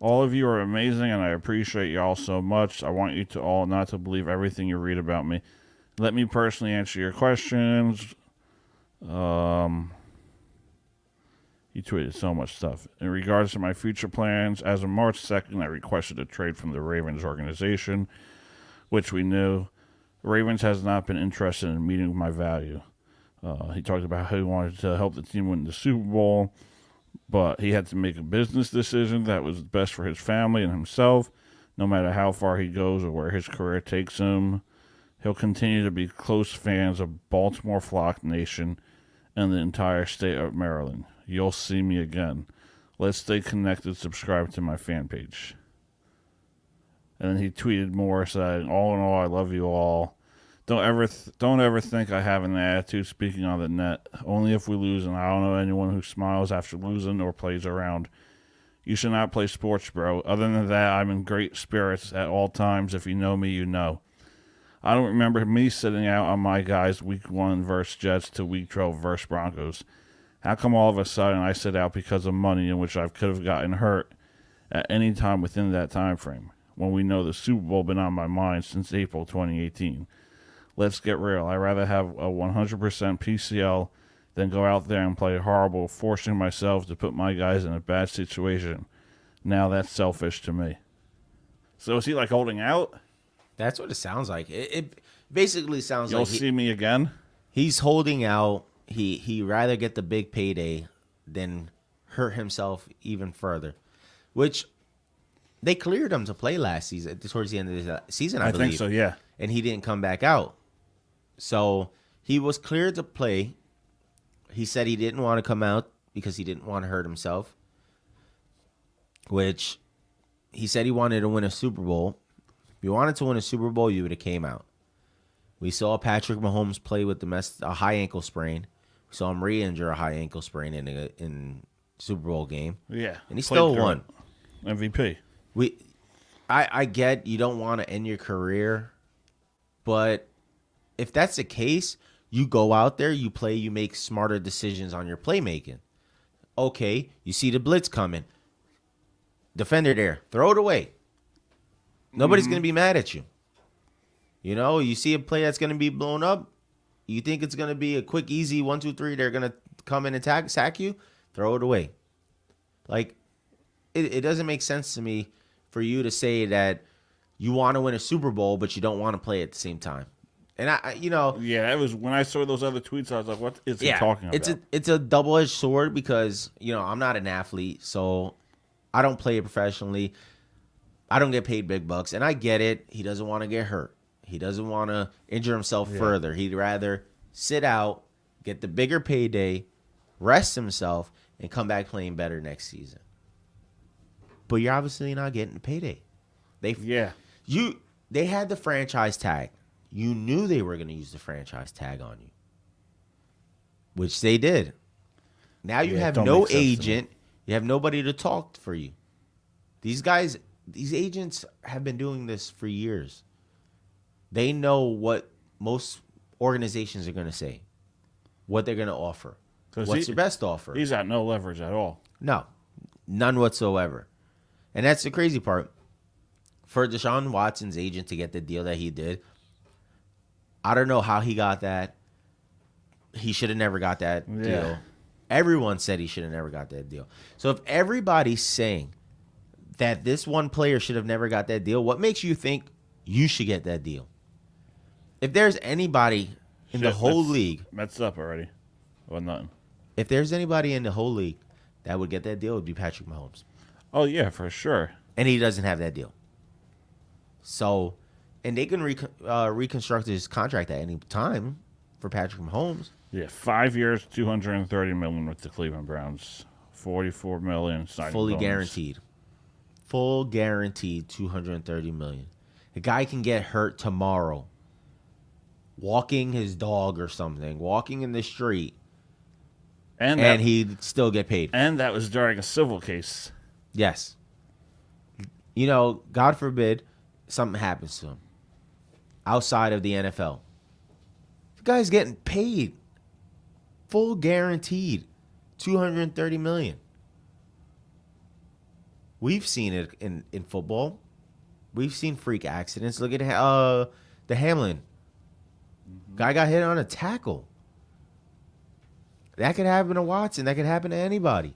Speaker 1: All of you are amazing, and I appreciate y'all so much. I want you to all not to believe everything you read about me. Let me personally answer your questions. Um, he tweeted so much stuff. In regards to my future plans, as of March 2nd, I requested a trade from the Ravens organization, which we knew. Ravens has not been interested in meeting my value. Uh, he talked about how he wanted to help the team win the Super Bowl, but he had to make a business decision that was best for his family and himself. No matter how far he goes or where his career takes him, he'll continue to be close fans of Baltimore Flock Nation and the entire state of Maryland. You'll see me again. Let's stay connected. Subscribe to my fan page. And then he tweeted more saying, "All in all, I love you all. Don't ever, th- don't ever think I have an attitude speaking on the net. Only if we lose, and I don't know anyone who smiles after losing or plays around. You should not play sports, bro. Other than that, I'm in great spirits at all times. If you know me, you know. I don't remember me sitting out on my guys week one versus Jets to week twelve versus Broncos. How come all of a sudden I sit out because of money, in which I could have gotten hurt?" at any time within that time frame when we know the Super Bowl been on my mind since April 2018. Let's get real. I'd rather have a 100% PCL than go out there and play horrible, forcing myself to put my guys in a bad situation. Now that's selfish to me. So is he like holding out?
Speaker 2: That's what it sounds like. It, it basically sounds
Speaker 1: You'll
Speaker 2: like he-
Speaker 1: see me again.
Speaker 2: he's holding out. He he rather get the big payday than hurt himself even further, which they cleared him to play last season towards the end of the season. I,
Speaker 1: I
Speaker 2: believe.
Speaker 1: think so. Yeah.
Speaker 2: and he didn't come back out. So he was cleared to play. He said he didn't want to come out because he didn't want to hurt himself, which he said he wanted to win a Super Bowl. If you wanted to win a Super Bowl, you would have came out. We saw Patrick Mahomes play with the mess, a high ankle sprain. We saw him re-injure a high ankle sprain in a in Super Bowl game,
Speaker 1: Yeah.
Speaker 2: and he
Speaker 1: Played
Speaker 2: still
Speaker 1: through
Speaker 2: won.
Speaker 1: it. MVP.
Speaker 2: We, I, I get you don't want to end your career, but if that's the case, you go out there, you play, you make smarter decisions on your playmaking. Okay, you see the blitz coming. Defender there, throw it away. Nobody's gonna be mad at you. You know, you see a play that's gonna be blown up. You think it's gonna be a quick, easy one, two, three. They're gonna come and attack, sack you. Throw it away. Like it, it doesn't make sense to me for you to say that you want to win a Super Bowl, but you don't want to play at the same time. And I, I you know,
Speaker 1: Yeah, it was when I saw those other tweets. I was like, "What is he talking about?"
Speaker 2: it's a it's a double edged sword because you know I'm not an athlete, so I don't play it professionally. I don't get paid big bucks, and I get it. He doesn't want to get hurt. He doesn't want to injure himself further. He'd rather sit out, get the bigger payday, rest himself, and come back playing better next season. But you're obviously not getting the payday. They
Speaker 1: Yeah.
Speaker 2: you they had the franchise tag. You knew they were going to use the franchise tag on you, which they did. Now you
Speaker 1: Yeah, it
Speaker 2: have
Speaker 1: don't
Speaker 2: no
Speaker 1: make sense to me.
Speaker 2: agent. You have nobody to talk for you. These guys, these agents have been doing this for years. They know what most organizations are going to say, what they're going to offer.
Speaker 1: 'Cause
Speaker 2: What's
Speaker 1: he-
Speaker 2: your best offer?
Speaker 1: He's got no leverage at all.
Speaker 2: No, none whatsoever. And that's the crazy part. For Deshaun Watson's agent to get the deal that he did, I don't know how he got that. He should have never got that
Speaker 1: Yeah.
Speaker 2: deal. Everyone said he should have never got that deal. So if everybody's saying that this one player should have never got that deal, what makes you think you should get that deal? If there's anybody in the
Speaker 1: Shit,
Speaker 2: whole
Speaker 1: that's-
Speaker 2: league
Speaker 1: That's up already. Well, nothing.
Speaker 2: if there's anybody in the whole league that would get that deal, it would be Patrick Mahomes.
Speaker 1: Oh yeah, for sure.
Speaker 2: And he doesn't have that deal. So, and they can recon uh, reconstruct his contract at any time for Patrick Mahomes.
Speaker 1: Yeah, five years, two hundred and thirty million with the Cleveland Browns, forty-four million signing
Speaker 2: fully
Speaker 1: bonus.
Speaker 2: guaranteed. Full guaranteed 230 million. The guy can get hurt tomorrow walking his dog or something, walking in the street,
Speaker 1: and that,
Speaker 2: and he'd still get paid.
Speaker 1: and that was during a civil case.
Speaker 2: Yes. You know, God forbid something happens to him outside of the NFL. The guy's getting paid full guaranteed 230 million. We've seen it in in football. We've seen freak accidents. Look at uh the Hamlin. Guy got hit on a tackle. That could happen to Watson. That could happen to anybody.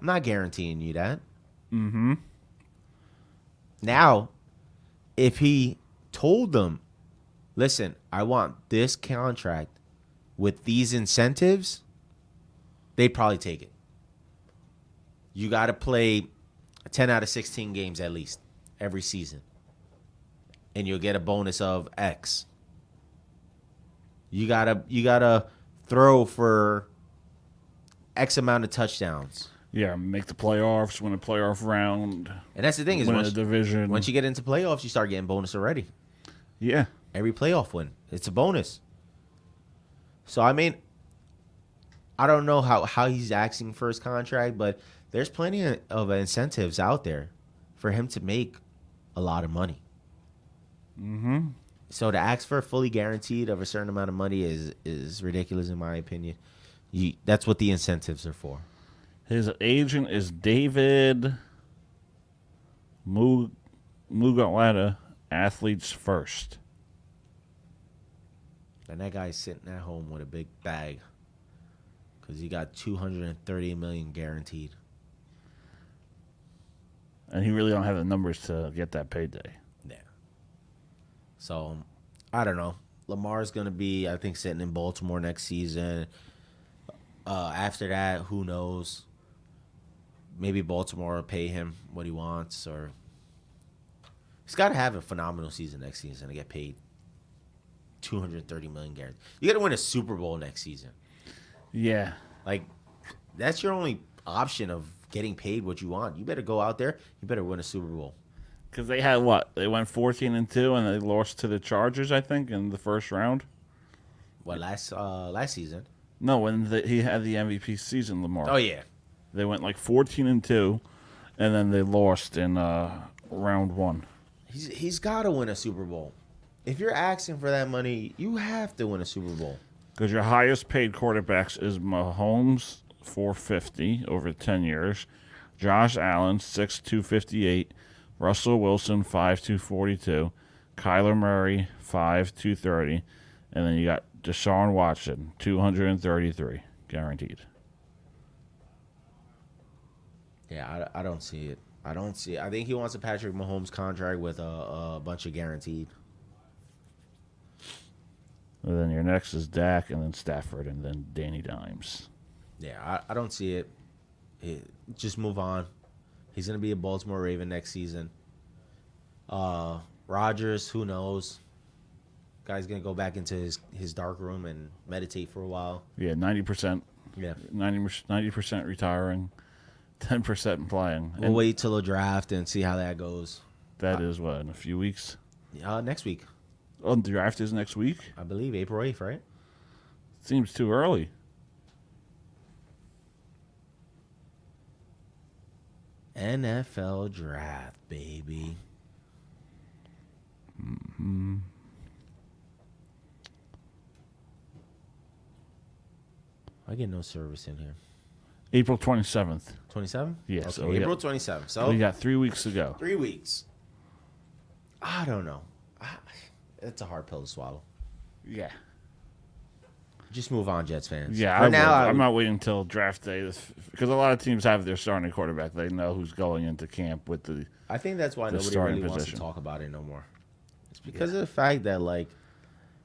Speaker 2: I'm not guaranteeing you that.
Speaker 1: Mm-hmm.
Speaker 2: Now, if he told them, listen, I want this contract with these incentives, they'd probably take it. You got to play 10 out of 16 games at least every season, and you'll get a bonus of X. You gotta you gotta throw for X amount of touchdowns,
Speaker 1: Yeah, make the playoffs, win a playoff round,
Speaker 2: and that's the thing is
Speaker 1: win a
Speaker 2: once,
Speaker 1: division.
Speaker 2: once you get into playoffs, you start getting bonus already.
Speaker 1: yeah,
Speaker 2: every playoff win. It's a bonus. So I mean, I don't know how how he's asking for his contract, but there's plenty of incentives out there for him to make a lot of money.
Speaker 1: mm-hmm.
Speaker 2: So to ask for fully guaranteed of a certain amount of money is is ridiculous in my opinion. You, that's what the incentives are for.
Speaker 1: His agent is David Mug- Mugalata, athletes first.
Speaker 2: And that guy's sitting at home with a big bag because he got 230 million guaranteed.
Speaker 1: And he really don't have the numbers to get that payday.
Speaker 2: Yeah. So, I don't know. Lamar's going to be, I think, sitting in Baltimore next season. Uh, after that, who knows? Maybe Baltimore will pay him what he wants, or he's got to have a phenomenal season next season to get paid two hundred thirty million guaranteed. You got to win a Super Bowl next season.
Speaker 1: Yeah.
Speaker 2: Like, that's your only option of getting paid what you want. You better go out there. You better win a Super Bowl.
Speaker 1: Because they had what? They went 14 and 2 and they lost to the Chargers, I think, in the first round.
Speaker 2: What last uh, last season?
Speaker 1: No, when the, he had the MVP season, Lamar.
Speaker 2: Oh yeah,
Speaker 1: They went like 14 and 2 and then they lost in uh, round one.
Speaker 2: He's he's got to win a Super Bowl. If you're asking for that money, you have to win a Super Bowl.
Speaker 1: Because your highest paid quarterbacks is Mahomes, 450 over 10 years, Josh Allen, 6,258, Russell Wilson, 5,242, Kyler Murray, 5,230, and then you got Deshaun Watson, 233, guaranteed.
Speaker 2: Yeah, I, I don't see it. I don't see. It. I think he wants a Patrick Mahomes contract with a, a bunch of guaranteed.
Speaker 1: And then your next is Dak, and then Stafford, and then Danny Dimes.
Speaker 2: Yeah, I, I don't see it. It- Just move on. He's gonna be a Baltimore Raven next season. Uh, Rogers, who knows? Guy's gonna go back into his his dark room and meditate for a while.
Speaker 1: Yeah, ninety percent,
Speaker 2: Yeah.
Speaker 1: 90 percent retiring, ten percent playing.
Speaker 2: We'll wait till the draft and see how that goes.
Speaker 1: That is what in a few weeks.
Speaker 2: Uh, next week,
Speaker 1: Oh, the draft is next week.
Speaker 2: I believe, April eighth, right?
Speaker 1: Seems too early.
Speaker 2: NFL draft, baby. Mm-hmm. I get no service in here.
Speaker 1: April twenty seventh.
Speaker 2: 27?
Speaker 1: Yeah,
Speaker 2: Okay,
Speaker 1: so we
Speaker 2: April
Speaker 1: got-
Speaker 2: 27th. So
Speaker 1: We got three weeks to go.
Speaker 2: three weeks. I don't know. I- It's a hard pill to swallow.
Speaker 1: Yeah.
Speaker 2: Just move on, Jets fans.
Speaker 1: Yeah,
Speaker 2: For
Speaker 1: I
Speaker 2: now,
Speaker 1: would.
Speaker 2: I
Speaker 1: I'm
Speaker 2: would-
Speaker 1: not waiting until draft day because a lot of teams have their starting quarterback. They know who's going into camp with the.
Speaker 2: I think that's why
Speaker 1: the
Speaker 2: nobody
Speaker 1: starting
Speaker 2: really wants to
Speaker 1: position.
Speaker 2: talk about it no more. It's because of the fact that like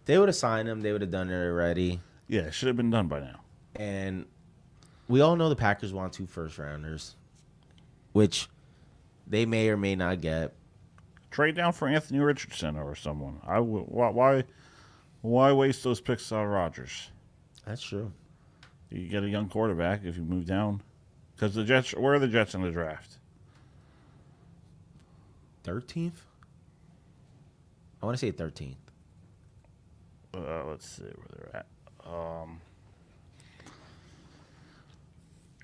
Speaker 2: they would have signed him, they would have done it already,
Speaker 1: Yeah, it should have been done by now.
Speaker 2: and we all know the Packers want two first rounders, which they may or may not get.
Speaker 1: Trade down for Anthony Richardson or someone. I w- why why why waste those picks on Rodgers?
Speaker 2: That's true.
Speaker 1: You get a young quarterback if you move down. Because the Jets, where are the Jets in the draft?
Speaker 2: Thirteenth. I want to say thirteenth.
Speaker 1: Uh, let's see where they're at.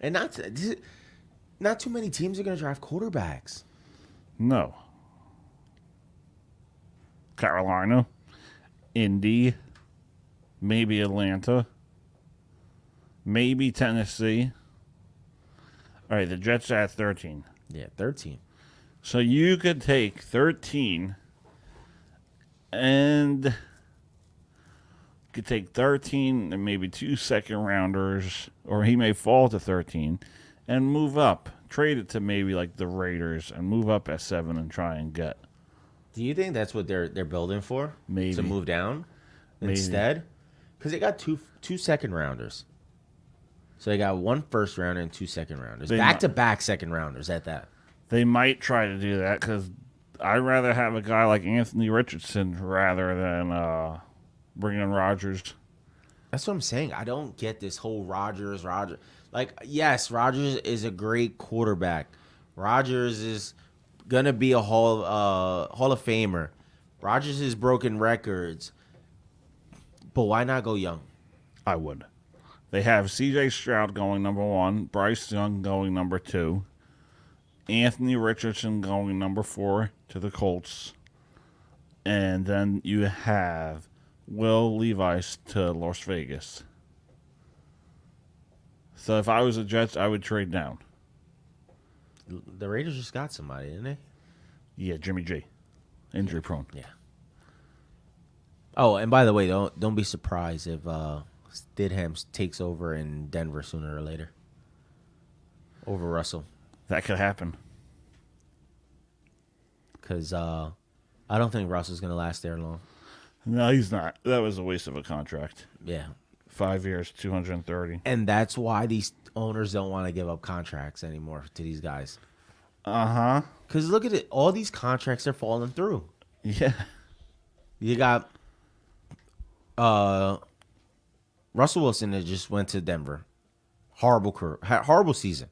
Speaker 2: And not this- not too many teams are going to draft quarterbacks.
Speaker 1: No. Carolina, Indy, maybe Atlanta, maybe Tennessee. All right, the Jets are at 13.
Speaker 2: Yeah, thirteen.
Speaker 1: So you could take 13 and you could take 13 and maybe two second rounders, or he may fall to 13 and move up. Trade it to maybe like the Raiders and move up at seven and try and get.
Speaker 2: Do you think that's what they're they're building for?
Speaker 1: Maybe.
Speaker 2: to move down
Speaker 1: Maybe.
Speaker 2: instead, because they got two two second rounders. So they got one first rounder and two second rounders,
Speaker 1: They
Speaker 2: back
Speaker 1: might-
Speaker 2: to back second rounders at that.
Speaker 1: They might try to do that because I'd rather have a guy like Anthony Richardson rather than uh, bringing in Rodgers.
Speaker 2: That's what I'm saying. I don't get this whole Rodgers, Rodgers. Like, yes, Rodgers is a great quarterback. Rodgers is gonna be a hall uh, Hall of Famer. Rodgers has broken records, but why not go young?
Speaker 1: I would. They have C.J. Stroud going number one, Bryce Young going number two, Anthony Richardson going number four to the Colts, and then you have Will Levi's to Las Vegas. So if I was the Jets, I would trade down.
Speaker 2: The Raiders just got somebody, didn't they?
Speaker 1: Yeah, Jimmy G, injury prone.
Speaker 2: Yeah. Oh, and by the way, don't don't be surprised if uh Stidham takes over in Denver sooner or later. Over Russell,
Speaker 1: That could happen.
Speaker 2: because uh, I don't think Russell's gonna last there long.
Speaker 1: No, he's not. That was a waste of a contract.
Speaker 2: Yeah,
Speaker 1: Five years, two hundred and thirty.
Speaker 2: and that's why these owners don't want to give up contracts anymore to these guys.
Speaker 1: Uh huh.
Speaker 2: Because look at it, all these contracts are falling through.
Speaker 1: Yeah.
Speaker 2: You got uh Russell Wilson that just went to Denver. Horrible career, ha- horrible season.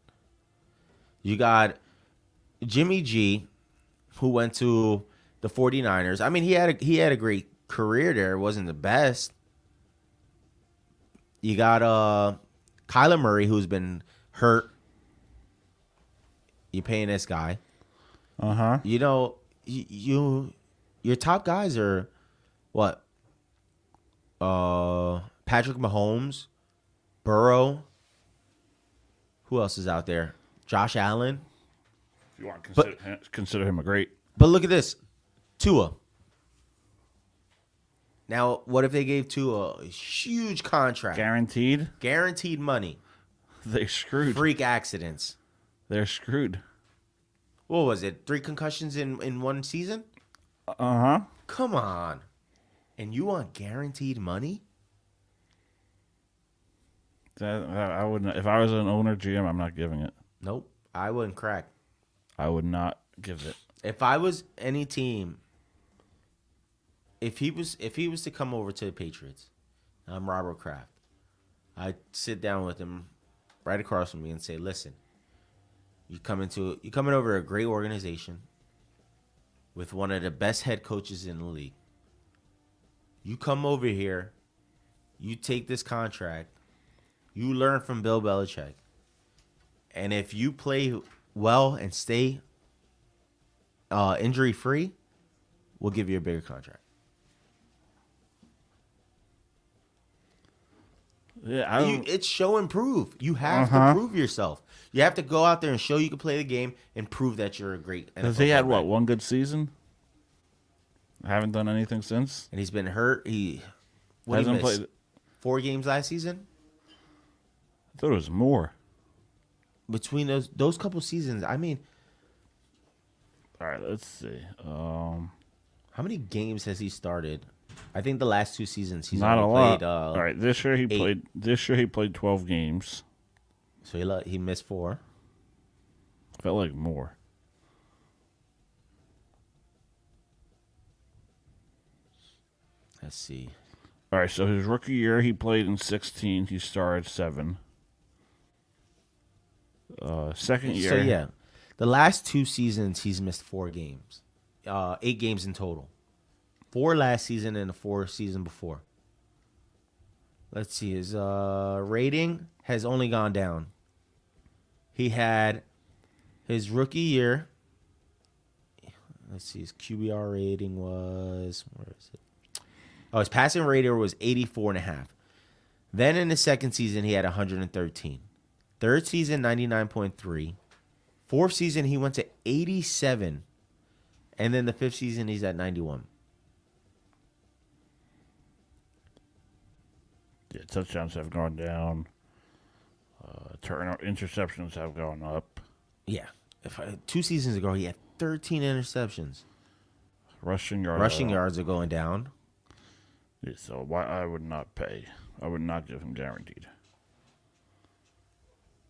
Speaker 2: You got Jimmy G who went to the 49ers. I mean, he had a, he had a great career there. It wasn't the best. You got uh Kyler Murray who's been hurt. You're paying this guy
Speaker 1: Uh huh.
Speaker 2: you know, y- you your top guys are what? Uh, Patrick Mahomes, Burrow. Who else is out there? Josh Allen.
Speaker 1: If you want to
Speaker 2: But-
Speaker 1: consider, consider him a great.
Speaker 2: But look at this, Tua. Now, what if they gave Tua a huge contract,
Speaker 1: Guaranteed,
Speaker 2: guaranteed money,
Speaker 1: they screwed.
Speaker 2: freak accidents?
Speaker 1: They're screwed.
Speaker 2: What was it? Three concussions in in one season?
Speaker 1: Uh huh.
Speaker 2: Come on. And you want guaranteed money?
Speaker 1: That, that- I would not, if I was an owner GM, I'm not giving it.
Speaker 2: Nope. I wouldn't crack.
Speaker 1: I would not give it.
Speaker 2: If I was any team, if he was if he was to come over to the Patriots, I'm Robert Kraft. I'd sit down with him right across from me and say, "Listen, you come into you coming over to a great organization with one of the best head coaches in the league. You come over here, you take this contract, you learn from Bill Belichick, and if you play well and stay uh, injury free, we'll give you a bigger contract."
Speaker 1: Yeah, I
Speaker 2: You,
Speaker 1: don't,
Speaker 2: it's show and prove. You have
Speaker 1: Um, Uh-huh.
Speaker 2: to prove yourself. You have to go out there and show you can play the game and prove that you're a great.
Speaker 1: Because
Speaker 2: NFL
Speaker 1: he had what
Speaker 2: quarterback.
Speaker 1: one good season. Haven't done anything since.
Speaker 2: And he's been hurt. He what he
Speaker 1: Hasn't
Speaker 2: missed?
Speaker 1: played.
Speaker 2: Four games last season.
Speaker 1: I thought it was more.
Speaker 2: Between those those couple seasons, I mean,
Speaker 1: All right, let's see. Um,
Speaker 2: how many games has he started? I think the last two seasons he's
Speaker 1: not a
Speaker 2: only
Speaker 1: lot.
Speaker 2: played. Uh,
Speaker 1: All right, this year he
Speaker 2: eight.
Speaker 1: played. This year he played twelve games.
Speaker 2: So he le- he missed four.
Speaker 1: Felt like more.
Speaker 2: Let's see.
Speaker 1: All right, so his rookie year he played in sixteen. He started seven. Uh, second year.
Speaker 2: So yeah, the last two seasons he's missed four games, uh, eight games in total. Four last season and the four season before. Let's see, his uh, rating has only gone down. He had his rookie year. Let's see, his QBR rating was where is it? Oh, his passing rating was 84 and a half. Then in the second season, he had 113. Third season, 99.3. Fourth season, he went to 87. And then the fifth season, he's at 91.
Speaker 1: Yeah, touchdowns have gone down. Uh, turn interceptions have gone up.
Speaker 2: Yeah. If I, two seasons ago, he had 13 interceptions.
Speaker 1: Rushing yards.
Speaker 2: Rushing
Speaker 1: yards.
Speaker 2: yards are going down.
Speaker 1: Yeah, so why I would not pay. I would not give him guaranteed.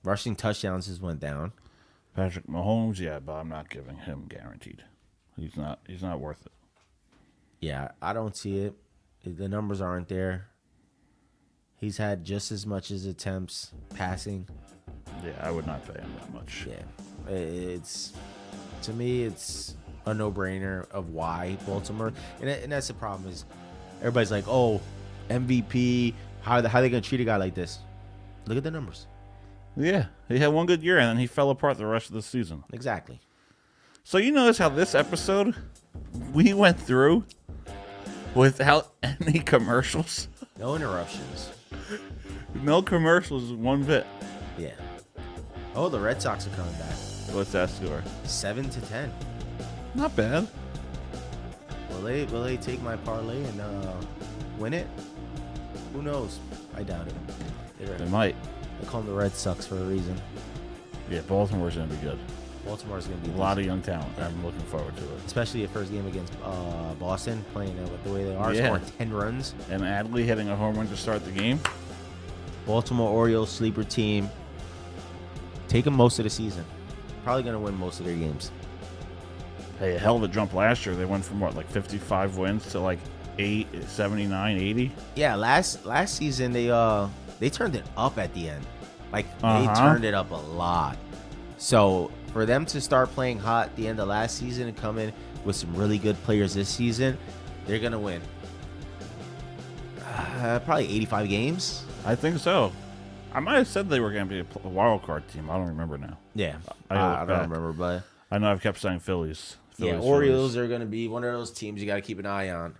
Speaker 2: Rushing touchdowns has went down.
Speaker 1: Patrick Mahomes, yeah, but I'm not giving him guaranteed. He's not. He's not worth it.
Speaker 2: Yeah, I don't see it. The numbers aren't there. He's had just as much as attempts passing.
Speaker 1: Yeah, I would not pay him that much.
Speaker 2: Yeah, it's to me, it's a no-brainer of why Baltimore, and, and that's the problem is everybody's like, oh, MVP, how the, how they gonna treat a guy like this? Look at the numbers.
Speaker 1: Yeah, he had one good year and then he fell apart the rest of the season.
Speaker 2: Exactly.
Speaker 1: So you notice how this episode we went through without any commercials,
Speaker 2: No interruptions.
Speaker 1: no commercials one bit.
Speaker 2: Yeah. Oh, the Red Sox are coming back.
Speaker 1: What's that score?
Speaker 2: Seven to ten.
Speaker 1: Not bad.
Speaker 2: Will they will they take my parlay and uh, win it? Who knows? I doubt it. They're-
Speaker 1: They might.
Speaker 2: They call them the Red Sox for a reason.
Speaker 1: Yeah, Baltimore's gonna be good.
Speaker 2: Baltimore's gonna be
Speaker 1: A lot of young talent. I'm looking forward to it.
Speaker 2: especially the first game against uh, Boston, playing it with the way they are,
Speaker 1: Yeah.
Speaker 2: scoring 10 runs.
Speaker 1: And Adley hitting a home run to start the game.
Speaker 2: Baltimore Orioles sleeper team. Take them most of the season. Probably going to win most of their games.
Speaker 1: Hey, a hell of a jump last year. They went from what, like 55 wins to like 8, 79, 80?
Speaker 2: Yeah, last last season they uh they turned it up at the end. Like
Speaker 1: Uh-huh.
Speaker 2: they turned it up a lot. So for them to start playing hot at the end of last season and come in with some really good players this season, they're going to win. Uh, probably 85 games.
Speaker 1: I think so. I might have said they were going to be a, pl- a wild card team. I don't remember now.
Speaker 2: Yeah.
Speaker 1: I
Speaker 2: I,
Speaker 1: gotta
Speaker 2: I
Speaker 1: look
Speaker 2: don't
Speaker 1: back.
Speaker 2: remember, but
Speaker 1: I know I've kept saying Phillies. Phillies
Speaker 2: yeah, Orioles are going to be one of those teams you got to keep an eye on.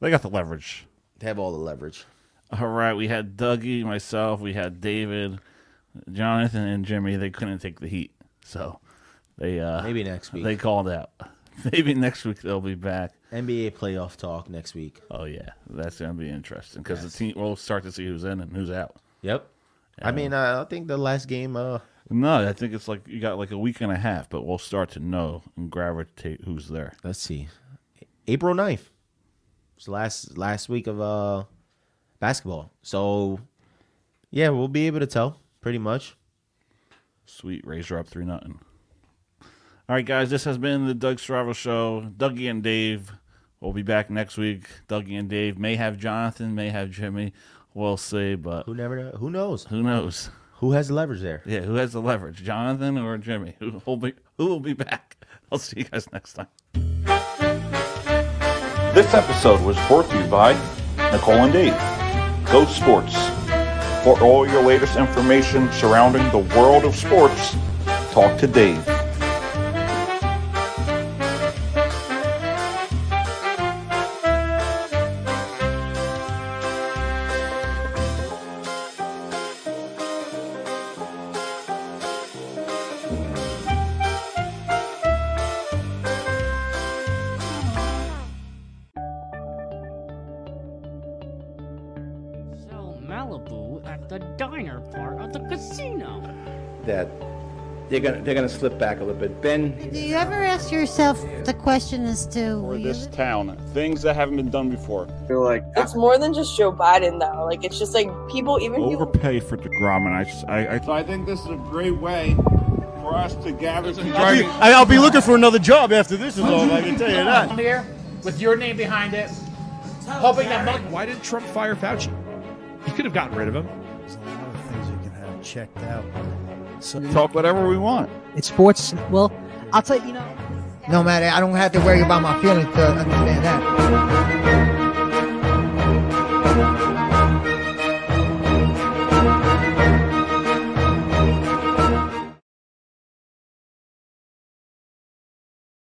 Speaker 1: They got the leverage.
Speaker 2: They have all the leverage.
Speaker 1: All right, we had Dougie, myself, we had David, Jonathan, and Jimmy. They couldn't take the heat, so they uh,
Speaker 2: Maybe next week.
Speaker 1: they called out. Maybe next week they'll be back.
Speaker 2: NBA playoff talk next week.
Speaker 1: Oh yeah, that's going to be interesting because
Speaker 2: Yes.
Speaker 1: the team we'll start to see who's in and who's out.
Speaker 2: Yep. I mean, uh, I think the last game. Uh,
Speaker 1: No, I think it's like you got like a week and a half, but we'll start to know and gravitate who's there.
Speaker 2: let's see, April 9th. It's the last last week of uh basketball. So yeah, we'll be able to tell pretty much.
Speaker 1: Sweet, Razor up three nothing. All right, guys, this has been the Doug Stravo Show. Dougie and Dave We'll be back next week. Dougie and Dave may have Jonathan, may have Jimmy. We'll see, but
Speaker 2: Who never know? Who knows?
Speaker 1: who knows?
Speaker 2: Who has leverage there?
Speaker 1: Yeah, who has the leverage, Jonathan or Jimmy? Who will be Who will be back? I'll see you guys next time.
Speaker 3: This episode was brought to you by Nicole and Dave, Go Sports. For all your latest information surrounding the world of sports, talk to Dave.
Speaker 4: Sell Malibu at the diner part of the casino.
Speaker 5: that they're gonna they're gonna slip back a little bit. Ben,
Speaker 6: Do you ever ask yourself the question as to
Speaker 3: For this town, things that haven't been done before.
Speaker 7: You're like,
Speaker 8: It's more than just Joe Biden though. Like it's just like people, even people.
Speaker 1: Overpay for Degrom, and I, just- I, I
Speaker 3: So I think this is a great way for us to gather some
Speaker 9: I'll be looking for another job after this is over. I can tell you that.
Speaker 10: I'm here with your name behind it, hoping that Monk.
Speaker 11: Why did Trump fire Fauci? He could have gotten rid of him.
Speaker 9: There's a lot of things you can have checked out. So
Speaker 1: talk whatever we want.
Speaker 10: It's sports. Well, I'll tell you, you know.
Speaker 6: No matter, I don't have to worry about my feelings to understand that.